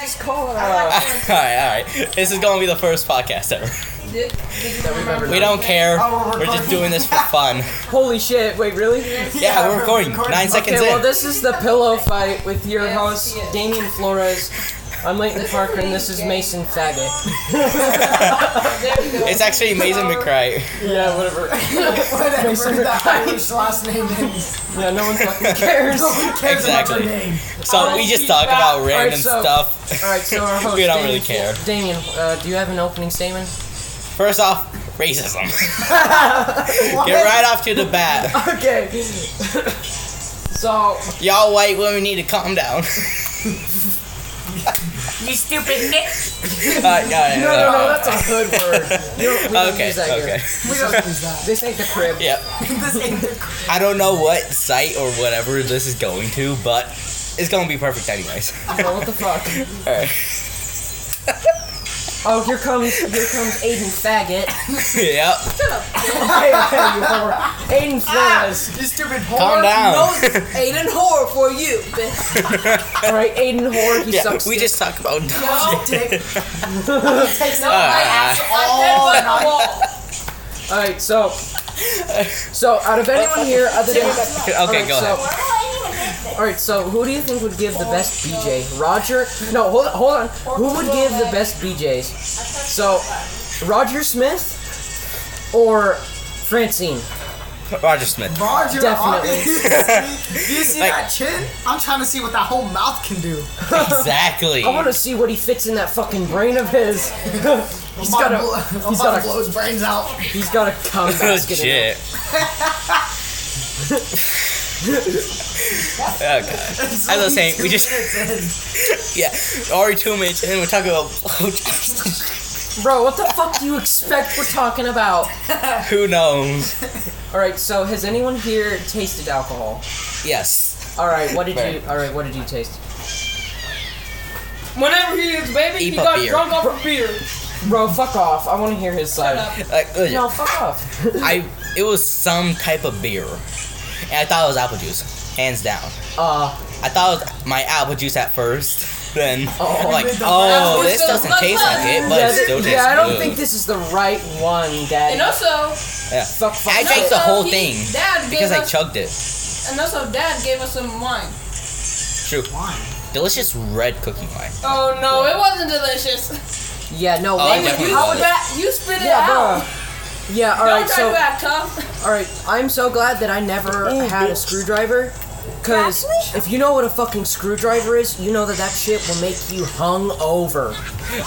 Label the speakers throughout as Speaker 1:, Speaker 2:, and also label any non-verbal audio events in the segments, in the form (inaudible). Speaker 1: She's calling her
Speaker 2: all
Speaker 1: (laughs)
Speaker 2: right,
Speaker 3: (laughs)
Speaker 1: out.
Speaker 3: all right. This is going to be the first podcast ever.
Speaker 2: Did, did you remember?
Speaker 3: We don't care.
Speaker 4: Oh,
Speaker 3: We're
Speaker 4: we're
Speaker 3: just
Speaker 4: recording.
Speaker 3: doing this for
Speaker 1: (laughs)
Speaker 3: fun.
Speaker 1: Holy shit! Wait, really?
Speaker 3: Yeah, we're recording. Nine
Speaker 1: Okay,
Speaker 3: seconds
Speaker 1: well,
Speaker 3: in.
Speaker 1: this is the pillow fight with your
Speaker 2: Yes,
Speaker 1: host,
Speaker 2: yes.
Speaker 1: Damien Flores. I'm Leighton Parker, and this is Mason Faggot.
Speaker 2: There you go.
Speaker 3: (laughs) It's actually Mason McCray.
Speaker 1: Yeah,
Speaker 4: (laughs)
Speaker 1: whatever.
Speaker 4: Whatever
Speaker 3: (laughs)
Speaker 1: Mason
Speaker 4: that
Speaker 1: McCray.
Speaker 4: Irish last name is.
Speaker 1: Yeah, no one fucking cares.
Speaker 4: No one cares
Speaker 3: Exactly.
Speaker 4: about your name.
Speaker 3: So we just talk about random
Speaker 1: so-
Speaker 3: stuff.
Speaker 1: Alright, so our
Speaker 3: (laughs)
Speaker 1: host,
Speaker 3: We don't
Speaker 1: Damien,
Speaker 3: really care.
Speaker 1: Damien, uh, do you have an opening statement?
Speaker 3: First off,
Speaker 1: (laughs)
Speaker 3: racism. (laughs) Get right off to the bat.
Speaker 1: Okay. so,
Speaker 3: Y'all white women need to calm down. (laughs)
Speaker 5: You stupid nit.
Speaker 3: Uh, yeah, yeah,
Speaker 1: (laughs) no, no, no, that's a hood word. You don't- we don't
Speaker 3: Okay,
Speaker 1: use that
Speaker 3: okay.
Speaker 1: here.
Speaker 4: We don't use that.
Speaker 1: This ain't the
Speaker 3: (laughs)
Speaker 1: crib.
Speaker 3: Yep.
Speaker 1: (laughs)
Speaker 4: This ain't the crib.
Speaker 3: I don't know what site or whatever this is going to, but it's gonna be perfect anyways. (laughs)
Speaker 1: Oh, what the fuck?
Speaker 3: Alright.
Speaker 1: Oh, here comes, here comes Aiden Faggot.
Speaker 3: yep.
Speaker 1: Hey, hey, you whore. Aiden Flores.
Speaker 4: You stupid whore.
Speaker 3: Calm down.
Speaker 2: Aiden Whore for you, bitch.
Speaker 1: Alright, Aiden Whore,
Speaker 3: Ah.
Speaker 1: he
Speaker 3: Yeah,
Speaker 1: sucks.
Speaker 3: we
Speaker 1: dick.
Speaker 3: just talk about
Speaker 4: No, dick.
Speaker 2: No, my
Speaker 3: uh,
Speaker 2: ass is all dead but the wall.
Speaker 1: Alright, so. So, out of anyone here, other than.
Speaker 3: (laughs) Okay,
Speaker 1: Alright,
Speaker 3: go
Speaker 1: so,
Speaker 3: ahead.
Speaker 1: Alright, so who do you think would give the best BJ? Roger? No, hold on, hold on. Who would give the best BJs? So, Roger Smith or Francine?
Speaker 3: Roger Smith.
Speaker 1: (laughs)
Speaker 4: Roger,
Speaker 3: (laughs)
Speaker 1: Definitely.
Speaker 4: obviously. Do you see
Speaker 3: Like-
Speaker 4: that chin? I'm trying to see what that whole mouth can do.
Speaker 3: Exactly. (laughs)
Speaker 1: I want to see what he fits in that fucking brain of his. (laughs) he's got
Speaker 4: Blow, (laughs)
Speaker 1: a he's got a
Speaker 4: blow his
Speaker 3: (laughs)
Speaker 4: brains out.
Speaker 1: he's got a cum basket. in it.
Speaker 3: Legit. oh god.
Speaker 4: As
Speaker 3: I was saying, we
Speaker 4: (laughs)
Speaker 3: just- (laughs) Yeah. Already two minutes and we're talking about (laughs)
Speaker 1: Bro, what the fuck do you expect we're talking about?
Speaker 3: Who knows?
Speaker 1: All right, so has anyone here tasted alcohol?
Speaker 3: Yes.
Speaker 1: All right, what did
Speaker 3: Right.
Speaker 1: you All right, what did you taste?
Speaker 5: Whenever he is baby,
Speaker 3: Eat
Speaker 5: he
Speaker 3: my
Speaker 5: got
Speaker 3: beer.
Speaker 5: drunk off a beer.
Speaker 1: Bro, fuck off. I want to hear his side.
Speaker 3: Like legit.
Speaker 1: No,
Speaker 3: (laughs)
Speaker 1: fuck off.
Speaker 3: I it was some type of beer. And I thought it was apple juice. Hands down.
Speaker 1: Uh,
Speaker 3: I thought it was my apple juice at first. (laughs) Then
Speaker 1: Oh.
Speaker 3: like,
Speaker 4: With the
Speaker 3: oh,
Speaker 2: apple
Speaker 3: this
Speaker 2: juice.
Speaker 3: doesn't taste like it, but
Speaker 1: yeah,
Speaker 3: it still
Speaker 1: th-
Speaker 3: tastes
Speaker 1: yeah, I don't
Speaker 3: good.
Speaker 1: think this is the right one,
Speaker 2: And
Speaker 1: Daddy.
Speaker 2: also,
Speaker 3: Yeah.
Speaker 1: fuck, fuck,
Speaker 3: I drank
Speaker 1: shit.
Speaker 3: the whole
Speaker 2: he-
Speaker 3: thing
Speaker 2: Dad gave
Speaker 3: because I
Speaker 2: us,
Speaker 3: chugged it.
Speaker 2: and also Dad gave us some wine.
Speaker 3: True. Delicious red cookie wine.
Speaker 2: Oh no, it wasn't delicious.
Speaker 1: Yeah, no,
Speaker 3: Oh, I
Speaker 1: wait,
Speaker 3: definitely
Speaker 1: how
Speaker 3: love
Speaker 1: would
Speaker 3: it.
Speaker 1: that?
Speaker 2: That you spit it
Speaker 1: Yeah,
Speaker 2: out.
Speaker 1: bro. Yeah, all
Speaker 2: Don't
Speaker 1: right,
Speaker 2: try
Speaker 1: so
Speaker 2: to act tough.
Speaker 1: all right, I'm so glad that I never
Speaker 6: Oh,
Speaker 1: had a screwdriver, cause if you know what a fucking screwdriver is, you know that that shit will make you hung over.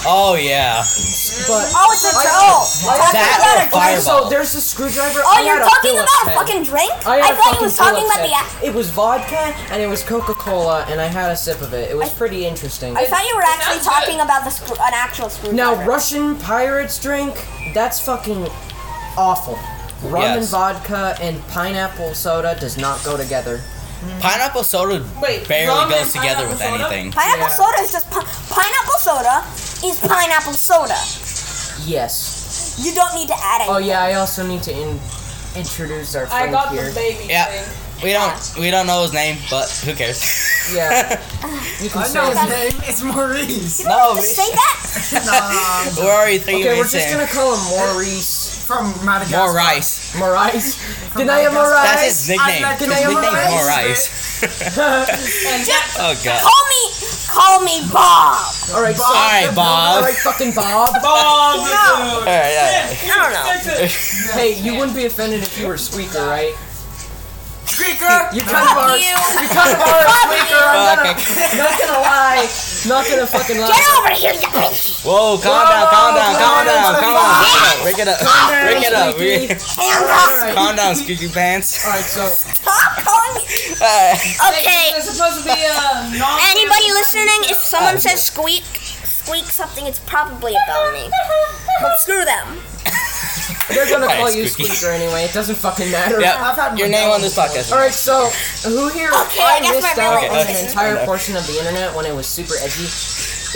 Speaker 3: Oh yeah.
Speaker 1: But
Speaker 6: Oh, it's a
Speaker 1: I-
Speaker 6: toe.
Speaker 1: I-
Speaker 6: That's
Speaker 3: That
Speaker 6: not
Speaker 3: or
Speaker 6: a
Speaker 3: fire-
Speaker 6: drink.
Speaker 1: so
Speaker 3: Fireball.
Speaker 1: there's the screwdriver.
Speaker 6: Oh,
Speaker 1: I
Speaker 6: you're
Speaker 1: had a
Speaker 6: talking
Speaker 1: Phillips
Speaker 6: about a
Speaker 1: head.
Speaker 6: fucking drink?
Speaker 1: I,
Speaker 6: I
Speaker 1: had a
Speaker 6: thought
Speaker 1: fucking
Speaker 6: he was talking
Speaker 1: Phillips
Speaker 6: about the.
Speaker 1: head. It was vodka and it was Coca Cola, and I had a sip of it. It was pretty interesting.
Speaker 6: I thought you were actually
Speaker 2: Sounds good.
Speaker 6: talking about the screw, an actual screwdriver.
Speaker 1: Now, Russian pirates drink, that's fucking awful. Rum and
Speaker 3: Yes.
Speaker 1: vodka and pineapple soda does not go together.
Speaker 3: Pineapple soda
Speaker 2: Wait, rum
Speaker 3: barely
Speaker 2: and
Speaker 3: goes together with
Speaker 2: pineapple soda?
Speaker 3: anything.
Speaker 6: pineapple
Speaker 1: yeah.
Speaker 6: soda is just pi- pineapple soda is pineapple soda.
Speaker 1: Yes.
Speaker 6: You don't need to add it.
Speaker 1: Oh, yeah, I also need to in- introduce our
Speaker 2: I
Speaker 1: friend
Speaker 2: got
Speaker 1: here.
Speaker 2: the baby
Speaker 3: Yeah.
Speaker 2: thing.
Speaker 3: We don't we don't know his name, but who cares? (laughs)
Speaker 1: yeah. You can
Speaker 4: I
Speaker 1: say
Speaker 4: know his
Speaker 1: it.
Speaker 4: name. It's Maurice.
Speaker 6: You don't
Speaker 3: No,
Speaker 6: have to
Speaker 3: we-
Speaker 6: say that.
Speaker 4: Nah,
Speaker 3: We're already three
Speaker 1: Okay, we're
Speaker 3: minutes
Speaker 1: just
Speaker 3: in.
Speaker 1: gonna call him Maurice.
Speaker 4: from Madagascar.
Speaker 3: More rice.
Speaker 1: Maurice. Good night,
Speaker 4: Madagascar.
Speaker 1: Maurice.
Speaker 3: That's his nickname.
Speaker 4: like
Speaker 3: his
Speaker 4: to know
Speaker 3: nickname
Speaker 4: rice.
Speaker 3: is More Rice.
Speaker 2: And that,
Speaker 3: (laughs) oh god.
Speaker 6: (laughs) Call me, call me Bob.
Speaker 1: All right, so,
Speaker 4: Bob.
Speaker 3: Alright,
Speaker 1: all
Speaker 3: Bob.
Speaker 1: right, fucking Bob.
Speaker 3: (laughs)
Speaker 2: oh,
Speaker 3: Alright, alright.
Speaker 6: I don't know.
Speaker 1: Hey, you wouldn't be offended if you were Squeaker, right?
Speaker 6: Squeaker.
Speaker 1: (laughs) You kind of are.
Speaker 6: Fuck you.
Speaker 1: You kind of are a
Speaker 6: Fuck
Speaker 1: Squeaker.
Speaker 6: you.
Speaker 1: I'm
Speaker 3: Okay.
Speaker 1: gonna, not gonna lie. Not gonna fucking lie.
Speaker 6: Get over here, you bitch.
Speaker 3: Whoa, calm down, calm down, calm down, calm down. Break it up. Break it up. Break it up. (laughs)
Speaker 6: Handcuffs.
Speaker 3: Calm down, squeaky pants. (laughs)
Speaker 1: Alright, so
Speaker 6: Stop calling me.
Speaker 3: Alright.
Speaker 6: Okay.
Speaker 2: It's supposed to be
Speaker 5: um,
Speaker 2: a non.
Speaker 6: Anybody listening, if someone
Speaker 3: Oh,
Speaker 6: says squeak, squeak something, it's probably about me. But screw them.
Speaker 1: they're gonna
Speaker 3: Alright,
Speaker 1: call you
Speaker 3: squeaky.
Speaker 1: Squeaker anyway. It doesn't fucking matter.
Speaker 4: I've had
Speaker 3: Yep. Your name on this podcast.
Speaker 4: Madagascar.
Speaker 1: Alright, so who here
Speaker 6: Okay,
Speaker 1: I
Speaker 6: I guess
Speaker 1: missed
Speaker 6: my
Speaker 1: out
Speaker 6: real
Speaker 1: on
Speaker 3: Okay,
Speaker 1: an
Speaker 3: okay.
Speaker 1: entire
Speaker 3: Okay.
Speaker 1: portion of the internet when it was super edgy?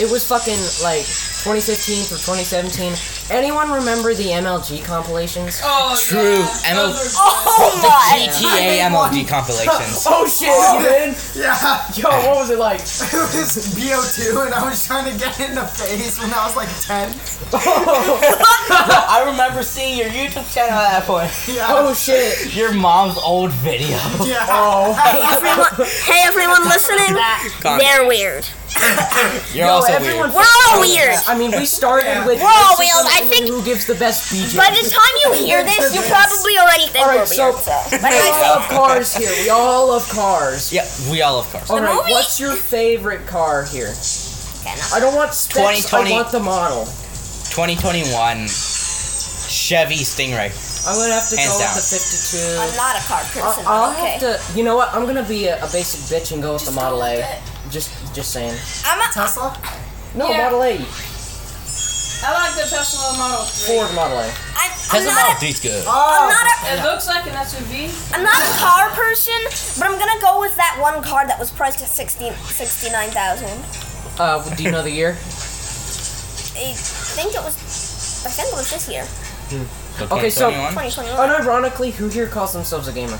Speaker 1: It was fucking like 2015 through 2017. Anyone remember the MLG compilations?
Speaker 5: Oh,
Speaker 3: True.
Speaker 5: Yeah.
Speaker 3: ML-
Speaker 5: Those are-
Speaker 6: Oh my!
Speaker 3: GTA MLG compilations.
Speaker 1: Oh shit, you did?
Speaker 4: Yeah.
Speaker 1: Yo, what was it
Speaker 4: (laughs)
Speaker 1: like?
Speaker 4: It was BO2, and I was trying to get it in the face when I was like 10.
Speaker 3: I remember seeing your YouTube channel at that point.
Speaker 4: Yeah.
Speaker 1: Oh shit.
Speaker 3: (laughs) Your mom's old video.
Speaker 4: yeah.
Speaker 1: Oh.
Speaker 6: Everyone- hey, everyone listening? They're weird.
Speaker 3: You're
Speaker 1: Yo,
Speaker 3: also
Speaker 1: everyone
Speaker 3: weird.
Speaker 6: We're all weird.
Speaker 1: I mean, we started with
Speaker 6: We're all
Speaker 1: racism
Speaker 6: wheels. I
Speaker 1: and
Speaker 6: think-
Speaker 1: who gives the best BJ.
Speaker 6: By the time you hear this, you probably already think
Speaker 1: Alright,
Speaker 6: we're
Speaker 1: so-
Speaker 6: weird. So.
Speaker 1: we all love cars here. We all love cars.
Speaker 3: Yeah, we all love cars.
Speaker 1: All right,
Speaker 6: movie-
Speaker 1: what's your favorite car here?
Speaker 6: Okay, now-
Speaker 1: I don't want specs.
Speaker 3: 2020.
Speaker 1: I want the model.
Speaker 3: 2021 Chevy Stingray.
Speaker 1: I'm gonna have to
Speaker 3: Hands
Speaker 1: go
Speaker 3: down.
Speaker 1: with the 52.
Speaker 6: I'm not a car
Speaker 1: I-
Speaker 6: person.
Speaker 1: I'll
Speaker 6: okay.
Speaker 1: have to. You know what? I'm gonna be a, a basic bitch and go with the Model A. Just, just saying.
Speaker 6: I'm a,
Speaker 4: Tesla?
Speaker 1: No,
Speaker 5: Yeah.
Speaker 1: Model A.
Speaker 5: I like the Tesla Model 3.
Speaker 1: Ford Model A.
Speaker 6: I'm, I'm,
Speaker 3: Tesla Model
Speaker 6: not a,
Speaker 3: 3's good.
Speaker 6: Oh. I'm not a
Speaker 5: It looks like an SUV.
Speaker 1: Oh.
Speaker 6: I'm not a car person, but I'm gonna go with that one car that was priced at 60, 69,000.
Speaker 1: Uh, do you know the year?
Speaker 6: I think it was. I think it was this year,
Speaker 3: So
Speaker 1: Okay, so-
Speaker 3: 2021?
Speaker 6: 2021.
Speaker 1: Oh, Unironically, who here calls themselves a gamer?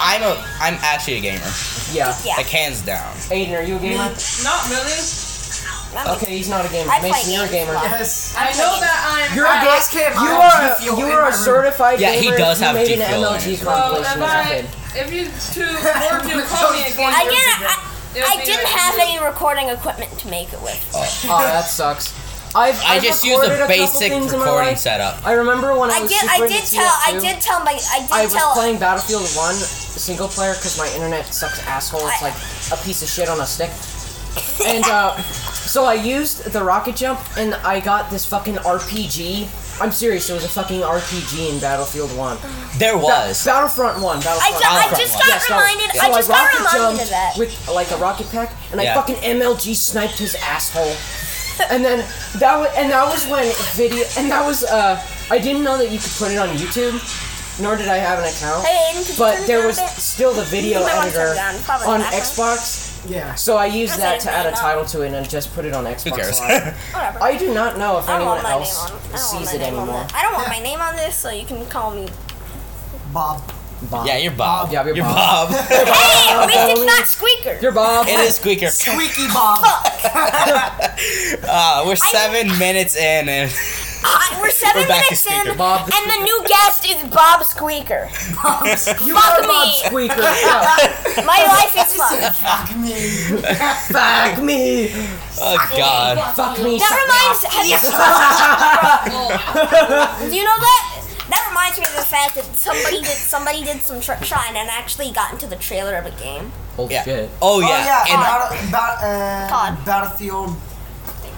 Speaker 3: I'm a I'm actually a gamer.
Speaker 1: Yeah.
Speaker 6: Yeah.
Speaker 3: Like hands down.
Speaker 1: Aiden, are you a gamer?
Speaker 5: Not really.
Speaker 6: I'm-
Speaker 1: Okay, he's not a gamer.
Speaker 6: I play
Speaker 1: Mason, you're a
Speaker 6: games
Speaker 1: gamer.
Speaker 6: a lot.
Speaker 4: Yes.
Speaker 5: I know that I'm.
Speaker 1: You're a
Speaker 4: I asked him,
Speaker 1: gamer.
Speaker 4: I
Speaker 1: You
Speaker 4: have G
Speaker 1: are.
Speaker 4: Fuel
Speaker 1: You
Speaker 4: in
Speaker 1: are
Speaker 4: my
Speaker 1: a
Speaker 4: room.
Speaker 1: certified
Speaker 3: Yeah,
Speaker 1: gamer.
Speaker 3: he does
Speaker 1: if you
Speaker 3: have
Speaker 1: made
Speaker 3: G
Speaker 1: an
Speaker 3: Fuel in
Speaker 1: MLG
Speaker 6: Oh,
Speaker 3: his room.
Speaker 5: Well, if
Speaker 1: compilation as a
Speaker 5: I,
Speaker 1: kid.
Speaker 5: if you two were to
Speaker 1: (laughs)
Speaker 5: call me again,
Speaker 6: I
Speaker 5: it would be
Speaker 6: get it. I,
Speaker 5: It would
Speaker 6: I
Speaker 5: be
Speaker 6: didn't
Speaker 5: like-
Speaker 6: have any recording equipment to make it with.
Speaker 1: Oh, that sucks. I've,
Speaker 3: I
Speaker 1: I've
Speaker 3: just used
Speaker 1: recorded
Speaker 3: a
Speaker 1: couple
Speaker 3: basic
Speaker 1: things in my
Speaker 3: recording
Speaker 1: life.
Speaker 3: setup.
Speaker 1: I remember when I,
Speaker 6: I
Speaker 1: was
Speaker 6: did.
Speaker 1: super
Speaker 6: I
Speaker 1: into
Speaker 6: did tell.
Speaker 1: TF2.
Speaker 6: I did tell my. I did
Speaker 1: I was
Speaker 6: tell.
Speaker 1: playing Battlefield 1 single player because my internet sucks asshole. It's
Speaker 6: I-
Speaker 1: like a piece of shit on a stick. And uh, so I used the rocket jump and I got this fucking RPG. I'm serious, there was a fucking RPG in Battlefield 1.
Speaker 3: There was.
Speaker 1: Battlefront 1,
Speaker 6: I,
Speaker 1: Battlefront
Speaker 6: ju- I
Speaker 3: Battlefront
Speaker 6: just
Speaker 3: one.
Speaker 6: got
Speaker 1: Yes, that was-
Speaker 6: reminded.
Speaker 1: so
Speaker 6: I just got
Speaker 1: rocket
Speaker 6: reminded of
Speaker 1: jumped
Speaker 6: that.
Speaker 1: With like a rocket pack and
Speaker 3: Yeah.
Speaker 1: I fucking MLG sniped his asshole. and then that was and that was when video and that was uh I didn't know that you could put it on YouTube, nor did I have an account.
Speaker 6: Hey, Aiden, could you turn
Speaker 1: But
Speaker 6: it
Speaker 1: there
Speaker 6: down a
Speaker 1: was
Speaker 6: bit?
Speaker 1: still the video
Speaker 6: You might want to turn
Speaker 1: editor
Speaker 6: it down, probably
Speaker 1: on
Speaker 6: background.
Speaker 1: Xbox,
Speaker 4: Yeah.
Speaker 1: so I used
Speaker 6: That's
Speaker 1: that
Speaker 6: it,
Speaker 1: to add a
Speaker 6: no.
Speaker 1: title to it and just put it on Xbox.
Speaker 3: Who cares?
Speaker 6: (laughs)
Speaker 1: Live.
Speaker 6: Whatever.
Speaker 1: I do not know if
Speaker 6: I don't
Speaker 1: anyone
Speaker 6: want my name
Speaker 1: else
Speaker 6: on. I don't want
Speaker 1: sees
Speaker 6: my
Speaker 1: it
Speaker 6: name on
Speaker 1: anymore.
Speaker 6: that. I don't want my name on this, so you can
Speaker 1: (laughs)
Speaker 6: call me.
Speaker 4: Bob.
Speaker 1: Bob.
Speaker 3: yeah, you're Bob.
Speaker 1: Yeah,
Speaker 3: you're
Speaker 1: you're
Speaker 3: Bob.
Speaker 1: (laughs)
Speaker 6: Hey, at least it's
Speaker 1: only-
Speaker 6: not Squeaker.
Speaker 1: You're Bob.
Speaker 3: it is
Speaker 1: (laughs)
Speaker 3: Squeaker.
Speaker 4: Squeaky Bob.
Speaker 3: Uh, we're seven minutes in, and
Speaker 6: I, we're seven
Speaker 3: We're back to
Speaker 6: minutes in,
Speaker 3: Squeaker.
Speaker 1: Bob the
Speaker 6: and the new guest is Bob Squeaker.
Speaker 1: (laughs)
Speaker 6: (laughs)
Speaker 1: You
Speaker 6: Fuck
Speaker 1: are Bob
Speaker 6: me.
Speaker 1: Squeaker. Yeah.
Speaker 6: My life
Speaker 1: (laughs)
Speaker 6: is fucked.
Speaker 4: Fuck me.
Speaker 1: Fuck me.
Speaker 3: oh god,
Speaker 1: Fuck me.
Speaker 6: That reminds. Have
Speaker 1: (laughs)
Speaker 6: you, do you know that? That reminds me of the fact that somebody did somebody did some trick shot and it actually got into the trailer of a game.
Speaker 1: Oh
Speaker 3: yeah.
Speaker 1: shit.
Speaker 3: Oh yeah,
Speaker 4: Oh, yeah.
Speaker 3: and
Speaker 4: Battle, bat, uh,
Speaker 6: COD.
Speaker 4: Battlefield.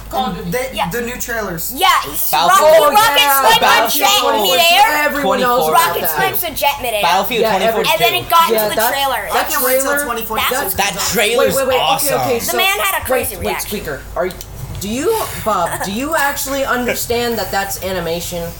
Speaker 5: Call me.
Speaker 4: They,
Speaker 6: Yeah.
Speaker 4: The new trailers.
Speaker 6: Yeah, he's
Speaker 3: Battlefield.
Speaker 6: rocket,
Speaker 3: Oh,
Speaker 6: rocket
Speaker 1: yeah,
Speaker 6: sniped a
Speaker 1: Battlefield
Speaker 6: jet
Speaker 1: 24.
Speaker 6: midair.
Speaker 1: Everyone knows
Speaker 3: 24.
Speaker 1: about
Speaker 6: Rocket
Speaker 1: that.
Speaker 6: snipes a jet midair.
Speaker 3: Battlefield
Speaker 1: Yeah,
Speaker 3: 24
Speaker 1: every-
Speaker 6: and then it got
Speaker 1: Yeah,
Speaker 6: into the
Speaker 1: that-
Speaker 6: trailer.
Speaker 4: I can't wait till
Speaker 1: Trailer-
Speaker 4: 2040. (laughs)
Speaker 6: That's
Speaker 4: comes
Speaker 3: that
Speaker 4: out.
Speaker 3: trailer's awesome.
Speaker 1: Okay, okay. So,
Speaker 6: man had a crazy
Speaker 1: wait,
Speaker 6: reaction.
Speaker 1: Wait, Squeaker, are you, do you, Bob? do you actually understand that that's animation?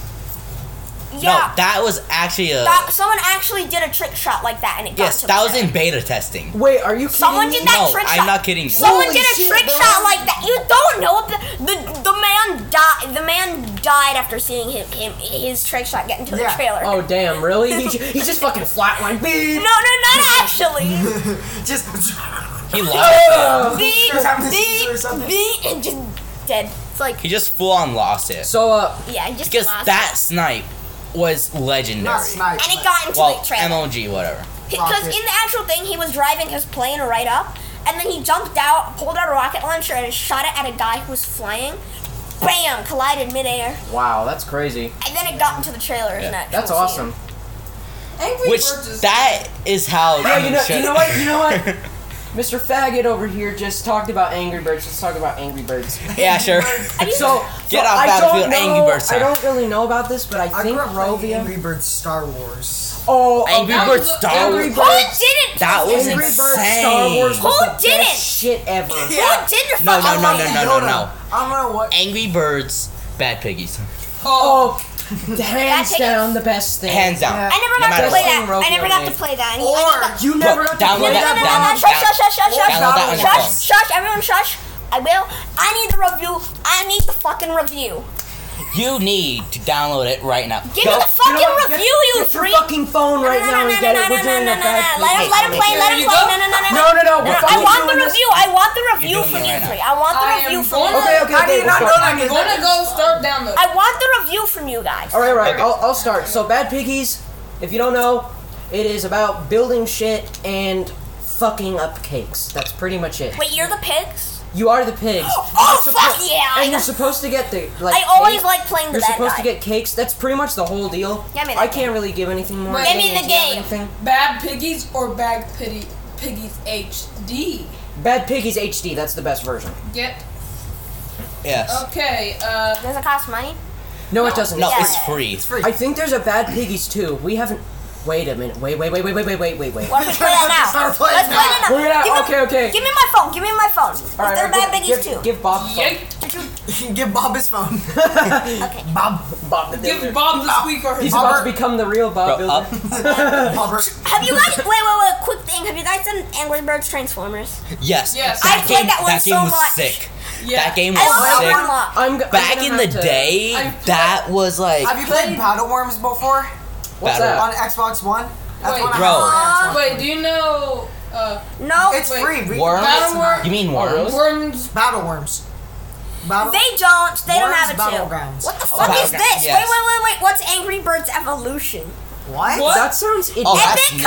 Speaker 3: No,
Speaker 6: yeah,
Speaker 3: that was actually a
Speaker 6: that- someone actually did a trick shot like that and
Speaker 3: yes,
Speaker 6: it got into
Speaker 3: that
Speaker 6: the
Speaker 3: was
Speaker 6: trailer.
Speaker 3: in beta testing.
Speaker 1: Wait, are you kidding
Speaker 6: Someone
Speaker 1: me?
Speaker 6: did that
Speaker 3: no,
Speaker 6: trick
Speaker 3: I'm
Speaker 6: shot.
Speaker 3: not kidding you.
Speaker 6: Someone
Speaker 1: Holy
Speaker 6: did a
Speaker 1: shit,
Speaker 6: trick
Speaker 1: bro.
Speaker 6: shot like that. You don't know what the the, the man died. The man died after seeing him, him his trick shot get into the
Speaker 4: Yeah.
Speaker 6: trailer.
Speaker 1: Oh damn! Really? He, ju- he just fucking flatlined me.
Speaker 6: (laughs) No, no, not actually.
Speaker 4: (laughs) Just.
Speaker 3: He lost.
Speaker 4: Oh. (laughs)
Speaker 6: Oh. beep,
Speaker 4: Something or
Speaker 6: beep,
Speaker 4: something.
Speaker 6: beep, and just dead. It's like
Speaker 3: He just full on lost it
Speaker 1: So, uh,
Speaker 6: yeah, he just
Speaker 3: because
Speaker 6: lost
Speaker 3: that snipe was legendary.
Speaker 4: Not snipe.
Speaker 6: it. and it got into
Speaker 3: Well,
Speaker 6: the trailer.
Speaker 3: MLG, whatever.
Speaker 6: Because
Speaker 4: Rocket.
Speaker 6: in the actual thing, he was driving his plane right up, and then he jumped out, pulled out a rocket launcher, and shot it at a guy who was flying. Bam! Collided midair,
Speaker 1: wow, that's crazy.
Speaker 6: and then it got into the trailer. Isn't that
Speaker 1: That's awesome.
Speaker 5: Angry
Speaker 3: Which
Speaker 5: Birds is-
Speaker 3: that is how.
Speaker 1: Yeah, you know, you know what? You know what?
Speaker 6: (laughs)
Speaker 1: Mr. Faggot over here just talked about Angry Birds. Let's talk about Angry Birds.
Speaker 3: yeah, sure.
Speaker 6: (laughs)
Speaker 1: So,
Speaker 3: Get
Speaker 1: so
Speaker 3: off
Speaker 1: I
Speaker 3: Battlefield,
Speaker 1: don't know,
Speaker 3: Angry Birds,
Speaker 1: I
Speaker 3: huh?
Speaker 1: don't really know about this, but I,
Speaker 4: I
Speaker 1: think
Speaker 4: grew up playing
Speaker 1: Rovio.
Speaker 4: Angry Birds Star Wars.
Speaker 1: Oh,
Speaker 3: Angry
Speaker 1: okay.
Speaker 3: Birds
Speaker 5: was-
Speaker 3: Star
Speaker 1: Angry
Speaker 3: Wars.
Speaker 6: Who
Speaker 1: Birds.
Speaker 6: didn't?
Speaker 3: That was
Speaker 1: Angry Birds Star
Speaker 3: insane.
Speaker 1: Wars was
Speaker 6: Who
Speaker 1: the
Speaker 6: did
Speaker 1: best
Speaker 6: it?
Speaker 1: shit ever.
Speaker 6: Who did the
Speaker 3: No, no,
Speaker 6: fucking
Speaker 3: no,
Speaker 6: like
Speaker 3: no,
Speaker 6: that?
Speaker 3: no, no,
Speaker 4: Yoda.
Speaker 3: no.
Speaker 4: I don't know what.
Speaker 3: Angry Birds, bad piggies.
Speaker 1: Oh, (laughs)
Speaker 6: That
Speaker 1: hands
Speaker 6: takes-
Speaker 1: down the best thing.
Speaker 3: Hands down.
Speaker 4: Yeah.
Speaker 6: I never
Speaker 3: No
Speaker 6: got
Speaker 3: matter
Speaker 6: to play
Speaker 3: what.
Speaker 6: that. I never got to
Speaker 1: Fucking
Speaker 6: play that. I
Speaker 4: Or
Speaker 6: never got-
Speaker 1: You
Speaker 3: Bro,
Speaker 1: never have to
Speaker 3: download
Speaker 1: play
Speaker 6: No, no,
Speaker 3: that-
Speaker 6: no,
Speaker 1: that.
Speaker 6: no, no,
Speaker 3: down-
Speaker 6: shush,
Speaker 3: down-
Speaker 6: shush, shush, shush, shush,
Speaker 3: download that on your
Speaker 6: shush,
Speaker 3: phone.
Speaker 6: shush, everyone shush. I will. I need the review. I need the fucking review.
Speaker 3: You need to download it right now.
Speaker 6: Give
Speaker 3: Go-
Speaker 6: me the
Speaker 1: You
Speaker 6: fucking
Speaker 1: know what? Get-
Speaker 6: review, you
Speaker 1: Get your
Speaker 6: freak!
Speaker 1: fucking phone right now and get it. We're doing a bad
Speaker 6: Let him, let him play, let
Speaker 5: Here you
Speaker 6: him play.
Speaker 5: go.
Speaker 6: No, no, no, no,
Speaker 1: No, no, no. We're
Speaker 6: I
Speaker 1: fucking
Speaker 6: want
Speaker 1: doing
Speaker 6: the
Speaker 1: this.
Speaker 6: review. I want the review
Speaker 3: You're doing
Speaker 6: from
Speaker 3: it
Speaker 6: you
Speaker 3: right now.
Speaker 6: three. I want the
Speaker 5: I
Speaker 6: review
Speaker 5: am
Speaker 6: from
Speaker 5: going
Speaker 6: you.
Speaker 1: Okay, okay,
Speaker 4: How do
Speaker 1: okay.
Speaker 4: you not
Speaker 1: we're
Speaker 4: know that?
Speaker 1: fucking-
Speaker 5: I'm gonna go start download.
Speaker 6: I want the review from you guys.
Speaker 1: All right, all right. I'll, I'll start. So, Bad Piggies, if you don't know, it is about building shit and fucking up cakes. That's pretty much it.
Speaker 6: Wait, you're the pigs?
Speaker 1: You are the pigs.
Speaker 6: Oh,
Speaker 1: You're
Speaker 6: fuck yeah, I
Speaker 1: And
Speaker 6: know.
Speaker 1: you're supposed to get the like.
Speaker 6: I always
Speaker 1: cake.
Speaker 6: like playing the
Speaker 1: You're
Speaker 6: bad
Speaker 1: supposed
Speaker 6: guy.
Speaker 1: to get cakes. That's pretty much the whole deal.
Speaker 6: Yeah, I mean,
Speaker 1: I
Speaker 6: that
Speaker 1: can't really give anything more.
Speaker 5: Give
Speaker 1: Danny,
Speaker 6: me the
Speaker 1: do you have
Speaker 6: game.
Speaker 1: anything?
Speaker 5: Bad Piggies or Bad Piggy, Piggies HD.
Speaker 1: Bad Piggies HD. That's the best version.
Speaker 5: Get
Speaker 3: Yes.
Speaker 5: okay. Uh,
Speaker 6: Does it
Speaker 1: (laughs)
Speaker 6: cost money?
Speaker 1: No, it doesn't.
Speaker 3: No,
Speaker 6: Yeah.
Speaker 3: it's free.
Speaker 4: It's free.
Speaker 1: I think there's a Bad Piggies too. We haven't. Wait a minute. Wait, wait, wait, wait, wait, wait, wait, wait, wait.
Speaker 6: What if we play that now?
Speaker 4: Start playing
Speaker 6: Let's play
Speaker 4: now.
Speaker 6: that now.
Speaker 1: We're not-
Speaker 6: Give me-
Speaker 1: okay, okay.
Speaker 6: Give me my phone. Give me my phone. Is
Speaker 1: All right,
Speaker 6: there
Speaker 1: all
Speaker 6: bad
Speaker 1: right, give-
Speaker 6: biggies
Speaker 1: give,
Speaker 6: too?
Speaker 1: Give Bob. the phone.
Speaker 5: yay.
Speaker 4: (laughs) Give Bob his phone.
Speaker 6: Okay.
Speaker 4: Bob.
Speaker 1: Bob the builder.
Speaker 5: Give Bob the squeaker his
Speaker 1: He's about
Speaker 4: Robert.
Speaker 1: to become the real
Speaker 3: Bro,
Speaker 1: Bob Builder.
Speaker 3: up.
Speaker 4: Robert.
Speaker 6: Have you guys? Wait, wait, wait. Quick thing. Have you guys done Angry Birds Transformers?
Speaker 3: Yes.
Speaker 5: Yes.
Speaker 6: I played that one
Speaker 3: that game
Speaker 6: so
Speaker 3: was
Speaker 6: much.
Speaker 3: sick.
Speaker 5: Yeah.
Speaker 3: That game
Speaker 6: I love
Speaker 3: was
Speaker 6: that
Speaker 3: sick.
Speaker 6: one lot.
Speaker 1: (laughs) I'm g- I'm
Speaker 3: Back
Speaker 1: gonna
Speaker 3: in
Speaker 1: have
Speaker 3: the
Speaker 1: to-
Speaker 3: day,
Speaker 5: I feel
Speaker 3: that was like
Speaker 4: Have you played Paddle Worms before?
Speaker 1: What's
Speaker 3: Battle.
Speaker 1: that?
Speaker 4: On Xbox One? That's
Speaker 5: Wait, Uh,
Speaker 4: one I
Speaker 3: Bro.
Speaker 4: have on Xbox.
Speaker 5: Wait, do you know uh,
Speaker 6: No.
Speaker 4: It's
Speaker 5: Wait.
Speaker 4: free. We can
Speaker 3: Worms?
Speaker 4: play it
Speaker 5: Battle
Speaker 4: tonight.
Speaker 5: Worm?
Speaker 3: you mean worms?
Speaker 1: really?
Speaker 5: Worms?
Speaker 4: Battle Worms. Battle.
Speaker 6: They don't. They don't
Speaker 4: Worms
Speaker 6: have it
Speaker 4: Battlegrounds.
Speaker 6: too. What the
Speaker 1: Oh,
Speaker 6: fuck is
Speaker 3: Battlegrounds,
Speaker 6: this?
Speaker 3: yes.
Speaker 6: Wait, wait, wait, wait. What's Angry Birds Evolution?
Speaker 4: what?
Speaker 5: What?
Speaker 1: That sounds itchy.
Speaker 3: Oh, that- that's
Speaker 6: epic
Speaker 3: new.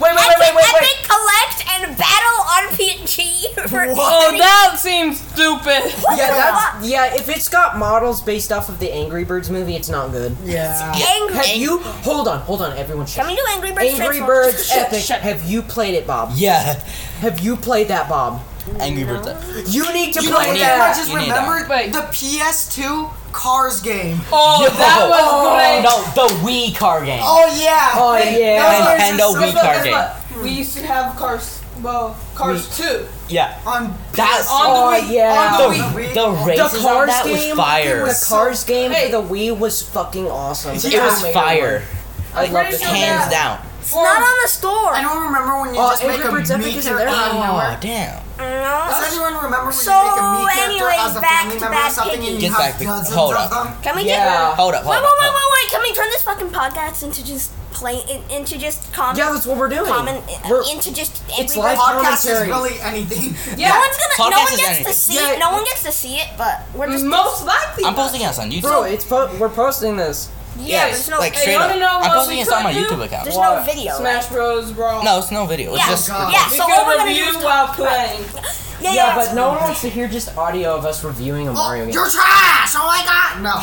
Speaker 1: Wait, wait, wait,
Speaker 6: epic,
Speaker 1: wait, wait, wait.
Speaker 6: Epic collect and battle (laughs) RPG. for
Speaker 5: Oh,
Speaker 6: Angry-
Speaker 5: that seems stupid.
Speaker 6: What
Speaker 1: yeah,
Speaker 6: the
Speaker 1: that's,
Speaker 6: fuck?
Speaker 1: yeah. If it's got models based off of the Angry Birds movie, it's not good.
Speaker 6: (laughs)
Speaker 4: Yeah.
Speaker 6: Angry.
Speaker 1: Have you? Hold on, hold on, everyone. Shut.
Speaker 6: Can we do Angry Birds?
Speaker 1: Angry
Speaker 6: Transformers?
Speaker 1: Birds Epic. Have you played it, Bob?
Speaker 3: Yeah.
Speaker 1: Have you played that, Bob?
Speaker 3: Angry Birds.
Speaker 1: You need to
Speaker 4: You know
Speaker 1: play
Speaker 4: what
Speaker 3: need
Speaker 4: I
Speaker 1: that.
Speaker 3: that.
Speaker 4: just
Speaker 3: You need
Speaker 4: remembered?
Speaker 5: that.
Speaker 4: The PS2 Cars game.
Speaker 5: Oh,
Speaker 3: (laughs) Yo.
Speaker 5: that was great.
Speaker 3: No, the Wii car game.
Speaker 4: Oh yeah.
Speaker 1: Oh, yeah.
Speaker 4: That was
Speaker 3: Nintendo
Speaker 4: so
Speaker 3: Wii
Speaker 4: good.
Speaker 3: card game.
Speaker 5: We used to have Cars, well, Cars 2.
Speaker 3: Yeah.
Speaker 4: On
Speaker 3: That's
Speaker 5: On
Speaker 1: Oh,
Speaker 5: the Wii.
Speaker 1: yeah.
Speaker 5: On
Speaker 3: the,
Speaker 5: the Wii.
Speaker 3: the
Speaker 4: Wii.
Speaker 1: The
Speaker 3: races on
Speaker 1: Cars
Speaker 3: that
Speaker 1: game.
Speaker 3: was fire.
Speaker 1: The Cars game
Speaker 5: Hey.
Speaker 1: for the Wii was fucking awesome.
Speaker 3: it was
Speaker 1: Animated
Speaker 3: fire,
Speaker 1: one. I love
Speaker 5: pretty
Speaker 1: this.
Speaker 5: sure
Speaker 3: hands
Speaker 5: that-
Speaker 3: down.
Speaker 6: It's not on the store.
Speaker 4: I don't remember when you
Speaker 1: Oh,
Speaker 4: just make
Speaker 1: Angry
Speaker 4: a
Speaker 1: Birds Epic
Speaker 4: me
Speaker 1: isn't there
Speaker 4: character out of
Speaker 3: Oh
Speaker 4: nowhere.
Speaker 3: damn!
Speaker 6: Mm, No.
Speaker 4: Does anyone remember when you
Speaker 6: So,
Speaker 4: make a me character
Speaker 6: anyways,
Speaker 4: as a
Speaker 6: back
Speaker 4: family
Speaker 6: to
Speaker 4: member
Speaker 6: Bad
Speaker 4: or something and you
Speaker 3: Get
Speaker 4: have
Speaker 3: back to-
Speaker 4: dozens
Speaker 3: hold
Speaker 4: of
Speaker 3: up.
Speaker 4: them?
Speaker 6: Can we
Speaker 1: Yeah.
Speaker 6: get?
Speaker 3: Hold up,
Speaker 6: Wait,
Speaker 3: hold up. hold
Speaker 6: wait, wait,
Speaker 3: up.
Speaker 6: wait, wait! Can we turn this fucking podcast into just play in- into just comment?
Speaker 1: Yeah, that's what we're doing.
Speaker 6: common
Speaker 1: We're-
Speaker 6: into just Angry
Speaker 1: It's live
Speaker 6: Birds?
Speaker 4: Podcast is
Speaker 1: commentary.
Speaker 4: really
Speaker 3: (laughs)
Speaker 4: anything.
Speaker 5: Yeah.
Speaker 6: No one's gonna. No
Speaker 3: Podcast
Speaker 6: one
Speaker 3: is
Speaker 6: gets to
Speaker 3: anything.
Speaker 6: see.
Speaker 1: Yeah.
Speaker 6: No one gets to see it, but we're just.
Speaker 5: Most likely.
Speaker 3: I'm posting us on YouTube.
Speaker 1: Bro, it's po- we're posting this.
Speaker 6: yeah, there's no.
Speaker 3: like
Speaker 5: Hey,
Speaker 3: straight
Speaker 5: you
Speaker 3: up.
Speaker 5: wanna know
Speaker 3: I'm
Speaker 5: what
Speaker 3: posting
Speaker 5: we
Speaker 3: this on my
Speaker 5: could do?
Speaker 3: YouTube account.
Speaker 6: there's
Speaker 1: What?
Speaker 6: no video.
Speaker 5: Smash Bros. Brawl.
Speaker 3: No, it's no video. It's
Speaker 6: Yeah.
Speaker 3: just
Speaker 4: God.
Speaker 6: Yeah.
Speaker 5: We
Speaker 6: So
Speaker 5: could
Speaker 6: what we're gonna do?
Speaker 5: review
Speaker 6: is-
Speaker 5: while playing.
Speaker 6: Yeah, yeah.
Speaker 1: Yeah,
Speaker 6: that's-
Speaker 1: but no one wants to hear just audio of us reviewing a
Speaker 4: Oh,
Speaker 1: Mario game.
Speaker 4: you're trash! Oh my god! No.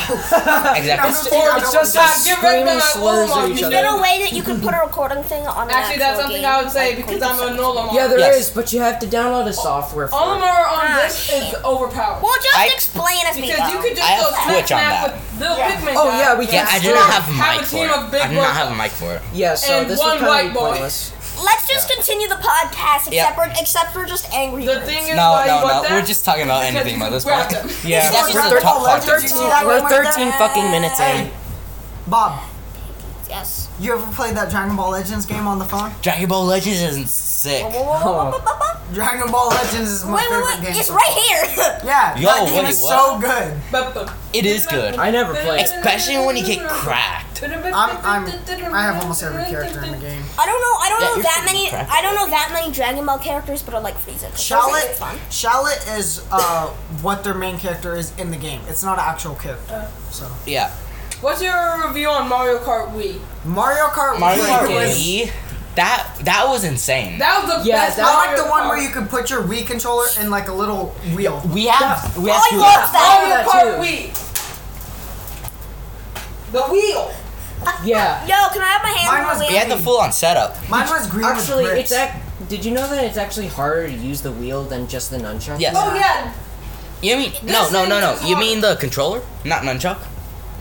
Speaker 3: Exactly.
Speaker 4: No,
Speaker 1: Or
Speaker 4: no,
Speaker 1: (laughs) it's
Speaker 4: no,
Speaker 1: just
Speaker 4: no.
Speaker 1: us
Speaker 5: Get rid of
Speaker 1: screaming
Speaker 5: that
Speaker 1: slurs at
Speaker 5: Walmart.
Speaker 1: each
Speaker 5: You
Speaker 6: Is
Speaker 1: other.
Speaker 6: there a way that you can put a recording thing on? an
Speaker 5: Actually, that's
Speaker 6: actual
Speaker 5: something
Speaker 6: game?
Speaker 5: I would say
Speaker 6: Like,
Speaker 5: because I'm a
Speaker 6: something.
Speaker 5: normal mom.
Speaker 1: Yeah, there is,
Speaker 3: Yes.
Speaker 1: but you have to download a software for
Speaker 5: All
Speaker 1: it.
Speaker 5: more on
Speaker 6: Ah,
Speaker 5: this is overpowered.
Speaker 6: Well, just
Speaker 3: I-
Speaker 6: explain it
Speaker 5: because you could
Speaker 3: I
Speaker 5: just
Speaker 3: have
Speaker 5: go smack
Speaker 3: Twitch on
Speaker 5: smack
Speaker 3: that.
Speaker 5: with little Pikmin
Speaker 1: Oh
Speaker 5: guy.
Speaker 1: yeah, we
Speaker 3: Yeah,
Speaker 1: can.
Speaker 3: I do not have a
Speaker 5: Have a
Speaker 3: mic for
Speaker 5: team
Speaker 3: it.
Speaker 5: of big
Speaker 3: I do not
Speaker 5: workers.
Speaker 3: have a mic for it.
Speaker 1: Yeah, so
Speaker 5: and
Speaker 1: this
Speaker 5: one
Speaker 1: would kind
Speaker 5: white
Speaker 1: of be
Speaker 5: boy.
Speaker 1: pointless.
Speaker 6: Let's just continue the podcast,
Speaker 3: Yeah.
Speaker 6: except for except for just angry.
Speaker 5: The
Speaker 6: Birds.
Speaker 5: thing is,
Speaker 3: No,
Speaker 5: why you
Speaker 3: no,
Speaker 5: want
Speaker 3: no.
Speaker 5: that?
Speaker 3: We're just talking about
Speaker 5: Because
Speaker 3: anything
Speaker 5: you
Speaker 3: by this
Speaker 5: grab
Speaker 3: point.
Speaker 5: them.
Speaker 3: (laughs) Yeah,
Speaker 6: That's
Speaker 3: we're
Speaker 6: just
Speaker 3: the
Speaker 6: the
Speaker 3: top
Speaker 4: whole
Speaker 3: podcast.
Speaker 4: legend. Yeah,
Speaker 1: We're
Speaker 4: we're
Speaker 1: 13 fucking minutes in.
Speaker 4: Hey, (laughs) Bob, (laughs)
Speaker 6: Yes.
Speaker 4: you ever played that Dragon Ball Legends game on the phone?
Speaker 3: Dragon Ball Legends is sick.
Speaker 6: Whoa, whoa, whoa, whoa, whoa, whoa.
Speaker 4: Dragon Ball Legends is my
Speaker 6: Wait, wait,
Speaker 4: favorite
Speaker 6: wait!
Speaker 4: game.
Speaker 6: It's right here. (laughs)
Speaker 4: Yeah,
Speaker 3: Yo,
Speaker 4: that game
Speaker 3: wait,
Speaker 4: is
Speaker 3: what?
Speaker 4: so good.
Speaker 5: Ba-ba-
Speaker 3: It is good,
Speaker 1: I never played it.
Speaker 3: especially when you get cracked.
Speaker 4: I'm, I'm, I have almost every character in the game.
Speaker 6: I don't know. I don't
Speaker 3: Yeah,
Speaker 6: know
Speaker 3: you're
Speaker 6: that
Speaker 3: pretty
Speaker 6: many.
Speaker 3: cracked.
Speaker 6: I don't know that many Dragon Ball characters, but I like Frieza. 'cause Frieza is
Speaker 4: Shallot,
Speaker 6: fun.
Speaker 4: Shallot is uh, what their main character is in the game. It's not an actual character. So
Speaker 3: Yeah,
Speaker 5: What's your review on Mario Kart Wii?
Speaker 4: Mario Kart
Speaker 3: Mario
Speaker 4: Wii
Speaker 3: Kart
Speaker 4: was-
Speaker 3: Wii. That that was insane.
Speaker 5: That was the
Speaker 1: Yeah,
Speaker 5: best.
Speaker 1: that-
Speaker 4: I like
Speaker 5: Mario
Speaker 4: the one
Speaker 5: Kart.
Speaker 4: where you could put your Wii controller in like a little wheel.
Speaker 3: we have we
Speaker 6: Oh,
Speaker 3: have
Speaker 6: I
Speaker 3: two
Speaker 6: love
Speaker 3: apps.
Speaker 6: that.
Speaker 5: Mario
Speaker 1: that
Speaker 5: Kart
Speaker 1: too.
Speaker 5: Wii. The wheel.
Speaker 1: Yeah.
Speaker 6: Yo, can I have my hand
Speaker 4: Oh. Mine
Speaker 6: on
Speaker 4: was
Speaker 6: the
Speaker 3: We
Speaker 6: wheel?
Speaker 3: had the full on setup.
Speaker 4: Mine was green
Speaker 1: Actually,
Speaker 4: with bricks.
Speaker 1: it's ac- did you know that it's actually harder to use the wheel than just the nunchuck?
Speaker 3: Yes.
Speaker 5: Oh yeah.
Speaker 3: You mean no,
Speaker 5: This
Speaker 3: no, no,
Speaker 5: is
Speaker 3: no. You
Speaker 5: hard.
Speaker 3: mean the controller, not nunchuck.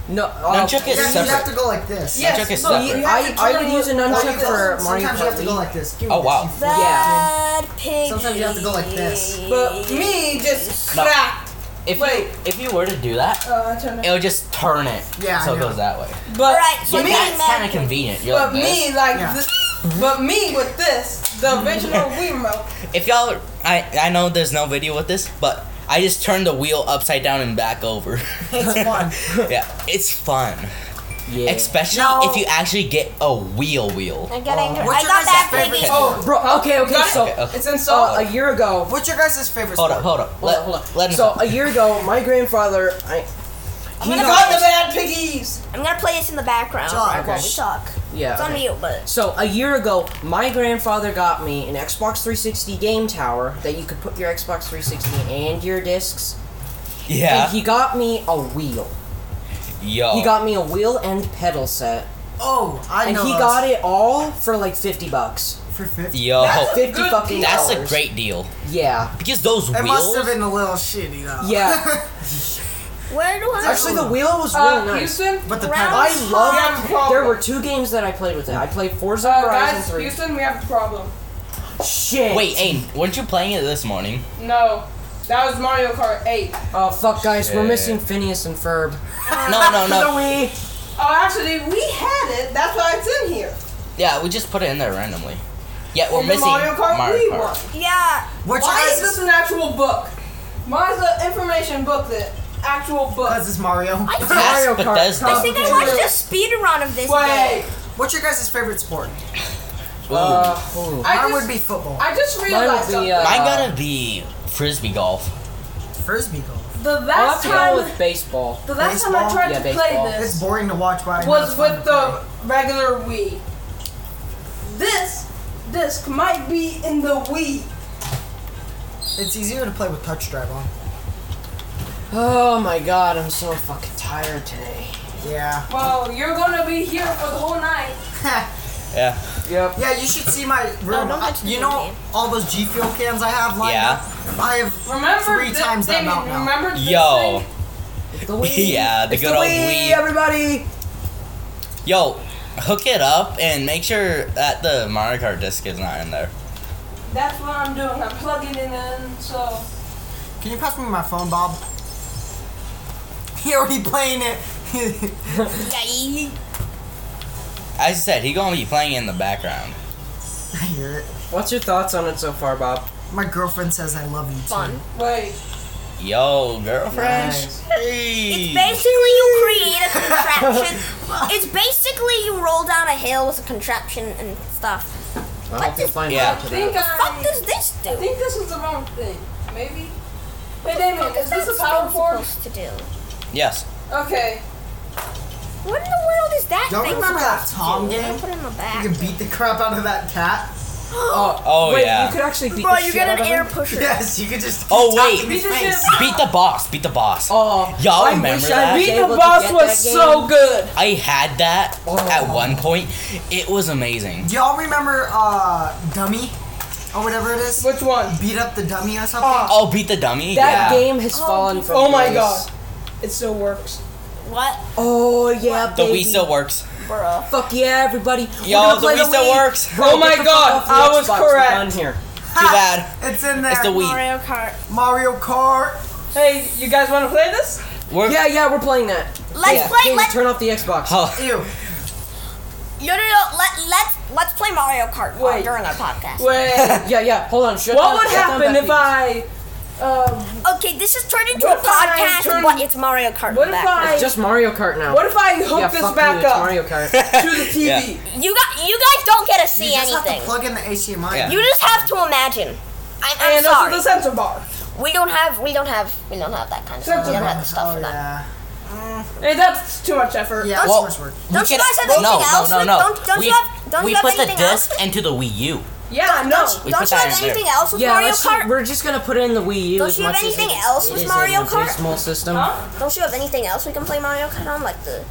Speaker 1: No. Uh,
Speaker 3: Nunchuck is
Speaker 4: yeah, you have
Speaker 3: separate.
Speaker 4: to go like this.
Speaker 5: Yes.
Speaker 3: Nunchuck is
Speaker 5: no, you
Speaker 3: separate.
Speaker 5: have to
Speaker 1: I, I
Speaker 5: turn
Speaker 1: would use a
Speaker 5: with-
Speaker 4: Like
Speaker 1: nunchuck
Speaker 4: this.
Speaker 1: for Mario
Speaker 4: Sometimes you have
Speaker 1: Kart
Speaker 4: to go
Speaker 1: Wii.
Speaker 4: like this. Give me
Speaker 3: Oh,
Speaker 4: this,
Speaker 3: wow.
Speaker 4: you
Speaker 6: Bad
Speaker 4: fool.
Speaker 6: pig.
Speaker 4: Sometimes you have to go like this.
Speaker 5: But me just
Speaker 3: No.
Speaker 5: cracked.
Speaker 3: If
Speaker 5: Wait.
Speaker 3: you, if you were to do that,
Speaker 5: Uh, turn it.
Speaker 3: it would just turn it.
Speaker 4: Yeah, I
Speaker 3: So it
Speaker 4: know.
Speaker 3: goes that way.
Speaker 5: But
Speaker 6: Alright, so
Speaker 5: me,
Speaker 6: that's-
Speaker 3: That's kind of convenient. You're
Speaker 5: but
Speaker 3: like this.
Speaker 5: me like
Speaker 4: Yeah.
Speaker 5: this. (laughs) But me with
Speaker 3: (laughs)
Speaker 5: this, the original Wii remote.
Speaker 3: If y'all, I I know there's no video with this, but I just turn the wheel upside down and back over.
Speaker 4: It's
Speaker 3: (laughs)
Speaker 4: fun.
Speaker 3: yeah, it's fun.
Speaker 1: Yeah.
Speaker 3: Especially
Speaker 4: No.
Speaker 3: if you actually get a wheel wheel.
Speaker 6: I'm getting. I
Speaker 4: What's your
Speaker 6: got
Speaker 4: guys'
Speaker 6: that
Speaker 4: favorite
Speaker 6: piggy. Oh,
Speaker 4: sport?
Speaker 1: Bro, okay, okay, so
Speaker 3: Okay, okay.
Speaker 2: It's in
Speaker 1: uh,
Speaker 2: salt.
Speaker 1: a year ago,
Speaker 4: What's your guys' favorite
Speaker 3: Hold
Speaker 4: sport?
Speaker 3: up, hold up.
Speaker 1: Hold
Speaker 3: let,
Speaker 1: on, hold on.
Speaker 3: let him
Speaker 1: so a year ago, my grandfather, I, he
Speaker 2: You
Speaker 1: got-
Speaker 2: got the bad piggies.
Speaker 6: I'm gonna play this in the background
Speaker 4: Talk.
Speaker 6: while we talk.
Speaker 1: yeah.
Speaker 6: It's on
Speaker 1: okay.
Speaker 6: you, but
Speaker 1: So a year ago, my grandfather got me an Xbox 360 game tower that you could put your Xbox 360 and your discs.
Speaker 3: Yeah. Oh.
Speaker 1: And he got me a wheel.
Speaker 3: Yo.
Speaker 1: He got me a wheel and pedal set,
Speaker 4: Oh, I
Speaker 1: and
Speaker 4: know.
Speaker 1: he
Speaker 4: those.
Speaker 1: got it all for like 50 bucks.
Speaker 4: for fifty.
Speaker 3: Yo.
Speaker 1: Fifty
Speaker 2: good deal.
Speaker 1: fucking
Speaker 3: That's a
Speaker 1: dollars.
Speaker 3: great deal.
Speaker 1: Yeah.
Speaker 3: Because those
Speaker 4: It must
Speaker 3: wheels.
Speaker 4: have been a little shitty though.
Speaker 1: Yeah.
Speaker 6: where do I?
Speaker 1: Actually, the wheel was really
Speaker 2: Uh,
Speaker 1: nice.
Speaker 2: Houston.
Speaker 4: (laughs) but the
Speaker 6: Round-
Speaker 2: We have
Speaker 4: pedals.
Speaker 1: I
Speaker 2: a
Speaker 1: loved.
Speaker 2: problem.
Speaker 1: There were two games that I played with it. I played Forza
Speaker 2: Uh,
Speaker 1: Horizon
Speaker 2: guys,
Speaker 1: 3.
Speaker 2: Houston, we have a problem.
Speaker 1: Shit.
Speaker 3: Wait, Aiden, weren't you playing it this morning?
Speaker 2: No, that was Mario Kart 8.
Speaker 1: Oh fuck, guys, we're
Speaker 3: Shit.
Speaker 1: missing Phineas and Ferb.
Speaker 3: No, no, no.
Speaker 1: Zoe!
Speaker 2: Oh, actually, we had it. That's why it's in here.
Speaker 3: Yeah, we just put it in there randomly. Yeah, we're
Speaker 2: in the
Speaker 3: missing
Speaker 2: Mario Kart Wii
Speaker 3: (laughs)
Speaker 2: one.
Speaker 6: yeah.
Speaker 4: What's your
Speaker 2: Why is
Speaker 4: guys' (laughs)
Speaker 2: this an actual book? Mine's an information book, the actual book.
Speaker 4: Because it's Mario. (laughs)
Speaker 6: I, think-
Speaker 3: That's
Speaker 1: Mario Kart.
Speaker 3: Bethesda.
Speaker 6: I think I watched a speed run of this.
Speaker 2: Wait,
Speaker 6: game.
Speaker 4: What's your guys' favorite sport?
Speaker 3: Ooh.
Speaker 1: Uh,
Speaker 2: I
Speaker 4: Mine
Speaker 2: just,
Speaker 4: would be football.
Speaker 2: I just
Speaker 1: Mine
Speaker 2: realized
Speaker 1: would be,
Speaker 2: something.
Speaker 1: uh,
Speaker 3: Mine gotta be frisbee golf.
Speaker 4: Frisbee golf.
Speaker 2: the
Speaker 1: I'll have
Speaker 2: last
Speaker 1: to go
Speaker 2: time,
Speaker 1: with baseball.
Speaker 2: the last time I
Speaker 4: baseball?
Speaker 2: tried
Speaker 1: Yeah,
Speaker 2: to
Speaker 1: baseball.
Speaker 2: play
Speaker 4: It's
Speaker 2: this
Speaker 4: boring to watch, but I know
Speaker 2: was
Speaker 4: it's fun
Speaker 2: with
Speaker 4: to
Speaker 2: the
Speaker 4: play.
Speaker 2: regular Wii. This disc might be in the Wii.
Speaker 4: It's easier to play with touch drive on.
Speaker 1: Oh my god, I'm so fucking tired today.
Speaker 4: Yeah. (laughs)
Speaker 2: Well, you're gonna be here for the whole night.
Speaker 3: Yeah.
Speaker 1: Yep.
Speaker 4: Yeah, you should see my room.
Speaker 6: Oh, don't
Speaker 4: I-
Speaker 6: touch the
Speaker 4: you
Speaker 6: game,
Speaker 4: know
Speaker 6: Dave.
Speaker 4: all those G Fuel cans I have lined
Speaker 3: Yeah.
Speaker 4: up? I have
Speaker 2: Remember
Speaker 4: three
Speaker 2: thi-
Speaker 4: times that
Speaker 2: Damien,
Speaker 4: amount now.
Speaker 2: Remember this
Speaker 3: Yo.
Speaker 2: thing?
Speaker 1: The (laughs) Wii.
Speaker 3: Yeah, the
Speaker 1: It's
Speaker 3: good
Speaker 1: the
Speaker 3: old
Speaker 1: Wii,
Speaker 3: Wii.
Speaker 1: everybody.
Speaker 3: Yo, hook it up and make sure that the Mario Kart disc is not in there.
Speaker 2: That's what I'm doing. I'm plugging it in. So
Speaker 4: Can you pass me my phone, Bob? He already playing it. (laughs)
Speaker 6: Yay.
Speaker 3: As I said, he gonna be playing in the background.
Speaker 4: I hear it.
Speaker 1: What's your thoughts on it so far, Bob?
Speaker 4: My girlfriend says I love you too.
Speaker 6: Fun.
Speaker 2: wait,
Speaker 3: Yo, girlfriend.
Speaker 4: Nice.
Speaker 3: Hey.
Speaker 6: It's basically you create a contraption. it's basically you roll down a hill with a contraption and stuff.
Speaker 1: I hope you find
Speaker 2: I
Speaker 3: Yeah.
Speaker 1: out
Speaker 2: think
Speaker 1: today.
Speaker 2: I,
Speaker 6: Fuck does this
Speaker 2: I
Speaker 6: do?
Speaker 2: think this is the wrong thing. Maybe. Hey Damien,
Speaker 6: What
Speaker 2: is this
Speaker 6: that
Speaker 2: a power cord?
Speaker 6: supposed to do?
Speaker 3: Yes.
Speaker 2: Okay.
Speaker 6: What in the world is that
Speaker 4: Y'all
Speaker 6: thing
Speaker 4: remember that
Speaker 6: supposed to
Speaker 4: Tom
Speaker 6: do? I'm
Speaker 4: game?
Speaker 6: gonna Put it in the
Speaker 4: You
Speaker 6: back. (gasps)
Speaker 4: can beat the crap out of that cat. (laughs)
Speaker 1: Oh,
Speaker 3: Oh,
Speaker 1: wait,
Speaker 3: yeah.
Speaker 1: you could actually beat
Speaker 6: Bro,
Speaker 1: the
Speaker 6: you
Speaker 1: shit out
Speaker 6: get
Speaker 1: of
Speaker 6: an air
Speaker 1: him?
Speaker 6: pusher.
Speaker 4: Yes, you can just.
Speaker 3: Oh,
Speaker 4: keep tapping
Speaker 3: wait.
Speaker 4: his
Speaker 2: Beat the
Speaker 4: face.
Speaker 2: shit.
Speaker 3: Beat the boss. Beat the boss.
Speaker 1: Oh,
Speaker 3: Y'all
Speaker 1: I
Speaker 3: remember
Speaker 1: wish
Speaker 3: that?
Speaker 1: I was
Speaker 3: Beat
Speaker 1: able to get that game.
Speaker 2: good.
Speaker 3: I had that at
Speaker 1: Oh.
Speaker 3: one point. It was amazing.
Speaker 4: Do y'all remember uh, Dummy? Or whatever it is?
Speaker 2: Which one?
Speaker 4: Beat up the dummy or something?
Speaker 2: Oh.
Speaker 3: Oh, beat the dummy.
Speaker 1: That
Speaker 3: yeah.
Speaker 1: game has fallen from
Speaker 2: Oh my
Speaker 1: grace.
Speaker 2: god. It still works.
Speaker 6: What,
Speaker 1: Oh yeah,
Speaker 3: The
Speaker 1: baby.
Speaker 3: Wii still works.
Speaker 6: bro?
Speaker 1: Fuck yeah, everybody.
Speaker 3: Yo, the
Speaker 1: We're gonna play
Speaker 3: Wii still works.
Speaker 1: Bro,
Speaker 2: Oh my
Speaker 1: get the fuck
Speaker 2: God,
Speaker 1: off the
Speaker 2: I was
Speaker 1: Xbox. We're
Speaker 2: correct.
Speaker 1: done here.
Speaker 3: Too bad.
Speaker 4: It's in there.
Speaker 3: It's the Wii.
Speaker 6: Mario Kart.
Speaker 4: Mario Kart.
Speaker 2: Hey, you guys want to play this?
Speaker 3: We're
Speaker 1: Yeah, yeah, we're playing that.
Speaker 6: Let's
Speaker 1: yeah.
Speaker 6: play.
Speaker 1: James,
Speaker 6: Let's
Speaker 1: turn off the Xbox.
Speaker 3: Oh,
Speaker 4: Ew.
Speaker 6: no no no. Let let's let's play Mario Kart uh,
Speaker 2: Wait.
Speaker 6: during our podcast.
Speaker 1: (laughs)
Speaker 2: Wait.
Speaker 1: Yeah, yeah. Hold on. Shut
Speaker 2: what
Speaker 1: down-
Speaker 2: would
Speaker 1: shut down
Speaker 2: happen
Speaker 1: back
Speaker 2: if I?
Speaker 1: to-
Speaker 2: Um,
Speaker 6: Okay, this is turned into
Speaker 2: What
Speaker 6: a
Speaker 2: if I
Speaker 6: podcast,
Speaker 2: turn-
Speaker 6: but it's Mario Kart.
Speaker 2: what if
Speaker 6: back.
Speaker 2: I-
Speaker 1: It's just Mario Kart now.
Speaker 2: what if I hook
Speaker 1: yeah,
Speaker 2: this
Speaker 1: fuck
Speaker 2: back
Speaker 1: you,
Speaker 2: up
Speaker 1: It's Mario Kart.
Speaker 2: to the
Speaker 1: (laughs)
Speaker 2: TV?
Speaker 6: You got you guys don't get to see
Speaker 4: You just have
Speaker 6: anything.
Speaker 4: to plug in the HDMI.
Speaker 3: Yeah.
Speaker 6: you just have to imagine. I'm, I'm
Speaker 2: And
Speaker 6: sorry.
Speaker 2: also the sensor bar.
Speaker 6: we don't have we don't have we don't have that kind of stuff. We don't have the stuff
Speaker 4: Oh,
Speaker 6: for that.
Speaker 4: yeah.
Speaker 2: Hey, that's too much effort.
Speaker 4: Yeah,
Speaker 3: Well-
Speaker 4: that's much work.
Speaker 3: we
Speaker 6: Don't you
Speaker 3: could-
Speaker 6: guys have
Speaker 3: no,
Speaker 6: anything
Speaker 3: no,
Speaker 6: else?
Speaker 3: no, no.
Speaker 6: Don't- don't
Speaker 3: we,
Speaker 6: you have- don't
Speaker 3: we
Speaker 6: you have
Speaker 3: put the
Speaker 6: anything else?
Speaker 3: disc into the Wii U.
Speaker 2: Yeah, no.
Speaker 3: We
Speaker 6: don't
Speaker 3: put
Speaker 6: you
Speaker 3: that
Speaker 6: have
Speaker 3: in there.
Speaker 6: anything else with
Speaker 1: Yeah,
Speaker 6: Mario
Speaker 1: let's
Speaker 6: Kart?
Speaker 1: Just, we're just gonna put in the Wii U.
Speaker 6: Don't
Speaker 1: as
Speaker 6: you have
Speaker 1: much as
Speaker 6: anything
Speaker 1: it-
Speaker 6: else
Speaker 1: it
Speaker 6: with
Speaker 1: is
Speaker 6: Mario
Speaker 1: an abysmal
Speaker 6: Kart?
Speaker 1: system.
Speaker 6: don't you have anything else we can play Mario Kart on? Like the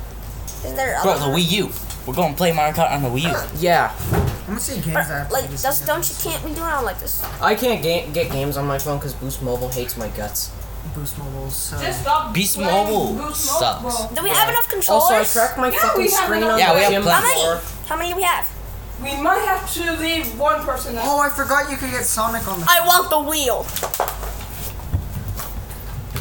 Speaker 6: is there
Speaker 3: Bro, the
Speaker 6: other
Speaker 3: Wii U. We're gonna play Mario Kart on the Wii U.
Speaker 1: Yeah,
Speaker 4: I'm gonna see games I have
Speaker 6: like
Speaker 4: played this
Speaker 6: just
Speaker 4: year.
Speaker 6: don't you can't we do it on like this?
Speaker 1: I can't ga- get games on my phone because Boost Mobile hates my guts.
Speaker 4: Boost mobiles. So.
Speaker 2: Just stop
Speaker 3: Beast
Speaker 2: playing
Speaker 3: Mobile
Speaker 2: Boost
Speaker 3: sucks.
Speaker 2: Mobile.
Speaker 6: Do we have enough controllers?
Speaker 1: Also, I cracked my
Speaker 2: Yeah,
Speaker 1: fucking
Speaker 2: we have
Speaker 1: screen
Speaker 2: enough-
Speaker 1: on
Speaker 3: Yeah, we
Speaker 1: the
Speaker 3: have
Speaker 1: gym
Speaker 3: plenty.
Speaker 6: How
Speaker 1: floor.
Speaker 6: many? How many do we have?
Speaker 2: We might have to leave one person out.
Speaker 4: oh, I forgot you could get Sonic on the.
Speaker 6: I want the wheel.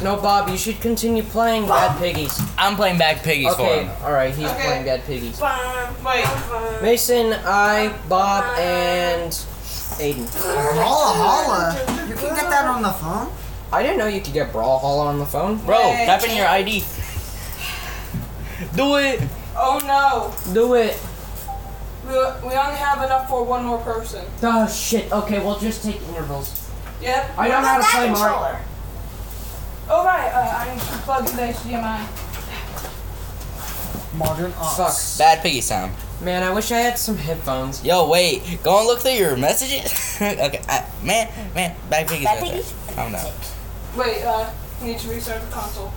Speaker 1: No, Bob, you should continue playing Bad Piggies.
Speaker 3: I'm playing back piggies for
Speaker 1: Okay,
Speaker 3: him.
Speaker 1: all right, he's
Speaker 2: Okay.
Speaker 1: playing Bad Piggies.
Speaker 2: Wait.
Speaker 1: Mason, I, Bob, and Aiden.
Speaker 4: Holla holla. You can get that on the phone?
Speaker 1: I didn't know you could get Brawlhalla on the phone.
Speaker 3: Bro,
Speaker 2: Hey,
Speaker 3: type in your ID. (laughs) Do it.
Speaker 2: Oh no.
Speaker 1: Do it.
Speaker 2: We, we only have enough for one more person.
Speaker 1: Oh shit. Okay, we'll just take intervals.
Speaker 2: Yep.
Speaker 1: I don't know how to play Mario.
Speaker 2: Oh right, uh, I need to plug the HDMI.
Speaker 4: Modern
Speaker 1: Fuck.
Speaker 4: Ops.
Speaker 3: Bad piggy sound.
Speaker 1: Man, I wish I had some headphones.
Speaker 3: Yo, wait. Go and look through your messages. (laughs) okay, I, man, man, bad piggy
Speaker 6: Bad
Speaker 3: sound.
Speaker 6: piggies?
Speaker 3: I don't know.
Speaker 2: Wait, uh, we need to restart the console.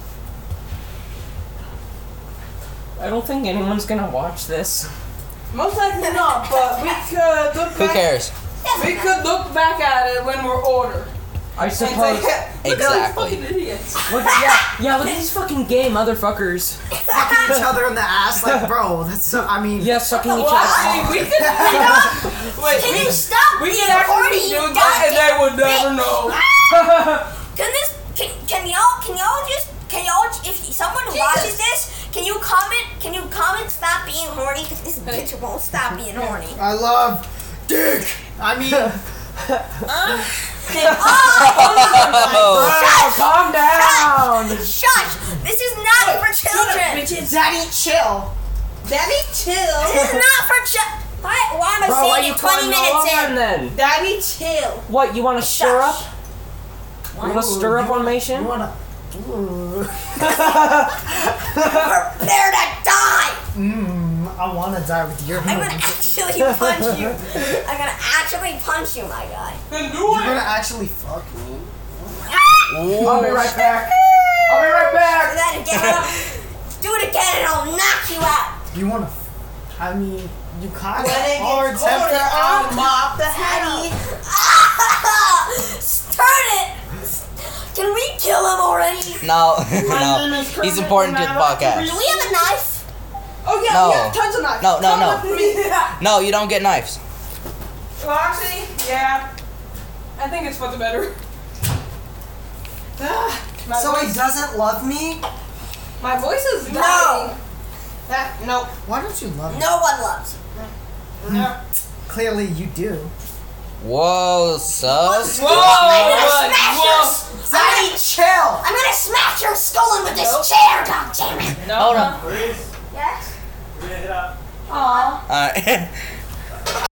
Speaker 1: I don't think anyone's gonna watch this.
Speaker 2: Most likely not, but we could look
Speaker 3: Who
Speaker 2: back.
Speaker 3: cares?
Speaker 2: We could look back at it when we're older.
Speaker 1: I
Speaker 2: And say, (laughs)
Speaker 6: (laughs)
Speaker 1: suppose.
Speaker 2: look at all
Speaker 3: Exactly.
Speaker 2: these fucking idiots.
Speaker 1: Look, yeah, yeah. Look at these fucking gay motherfuckers.
Speaker 4: Fucking each other in the ass, like, bro, that's so, I mean,
Speaker 1: Yeah, sucking each other.
Speaker 2: Actually, we could. We could wait,
Speaker 6: Can you stop
Speaker 2: we, we
Speaker 6: being
Speaker 2: could actually
Speaker 6: horny,
Speaker 2: do
Speaker 6: you
Speaker 2: that, and they
Speaker 6: goddamn
Speaker 2: would never
Speaker 6: bitch?
Speaker 1: (laughs)
Speaker 2: know.
Speaker 6: (laughs) Can this? Can, can y'all? Can y'all just? Can y'all? If someone watches this, can you comment? Can you comment? Stop being horny, because this bitch won't stop being horny.
Speaker 4: I love dick. I (laughs) mean,
Speaker 6: Then, oh,
Speaker 3: Oh,
Speaker 1: Oh, calm down.
Speaker 6: shush! This is not for children.
Speaker 5: Bitches.
Speaker 4: daddy, chill.
Speaker 5: Daddy, chill.
Speaker 6: This is not for children. Why, why am I
Speaker 1: Bro, why
Speaker 6: saying
Speaker 1: you
Speaker 6: it 20
Speaker 1: calling
Speaker 6: minutes
Speaker 1: all
Speaker 6: in?
Speaker 1: on then?
Speaker 5: Daddy, chill.
Speaker 1: What, you want to stir up?
Speaker 6: Shush.
Speaker 1: You want to stir up on Mason?
Speaker 4: You wanna? Ooh,
Speaker 6: Prepare to die!
Speaker 4: mm, I wanna die with your
Speaker 6: I'm
Speaker 4: hand. (laughs)
Speaker 6: gonna actually punch you. I'm gonna actually punch you, my guy.
Speaker 2: Then
Speaker 4: You're
Speaker 2: do
Speaker 4: gonna
Speaker 2: it.
Speaker 4: actually fuck me.
Speaker 1: I'll be right back. (laughs) I'll be right
Speaker 6: Do
Speaker 1: back.
Speaker 6: that again. I'll- Do it again and I'll knock you out.
Speaker 4: You wanna? F- I mean, you cock
Speaker 5: When it
Speaker 4: or
Speaker 5: gets colder,
Speaker 4: temper
Speaker 5: I'll mop the
Speaker 6: (laughs)
Speaker 5: hattie.
Speaker 6: Turn it! Can we kill him already?
Speaker 3: no, (laughs)
Speaker 2: name
Speaker 3: no.
Speaker 2: is
Speaker 3: He's
Speaker 2: Kermit
Speaker 3: important to the
Speaker 2: and I like to
Speaker 6: Do
Speaker 3: podcast.
Speaker 6: we have a knife?
Speaker 2: Oh yeah,
Speaker 3: No.
Speaker 2: we have tons of knives.
Speaker 3: No, no,
Speaker 2: Come
Speaker 3: no.
Speaker 2: up to (laughs) me.
Speaker 3: No, you don't get knives.
Speaker 2: Well, actually, yeah. I think it's for the better. Ah, my
Speaker 4: So he
Speaker 2: voice,
Speaker 4: doesn't love me?
Speaker 2: my voice is
Speaker 6: No.
Speaker 2: dying. That nope.
Speaker 4: Why don't you love me?
Speaker 6: No one loves.
Speaker 2: No.
Speaker 4: Clearly you do.
Speaker 3: Whoa, sus.
Speaker 2: Whoa!
Speaker 6: I'm gonna
Speaker 2: Whoa!
Speaker 6: smash your.
Speaker 4: Daddy, chill.
Speaker 6: I'm gonna smash your skull in with this chair. God damn it!
Speaker 2: No.
Speaker 3: Hold on.
Speaker 6: Yes.
Speaker 2: Aw.
Speaker 3: (laughs) Alright.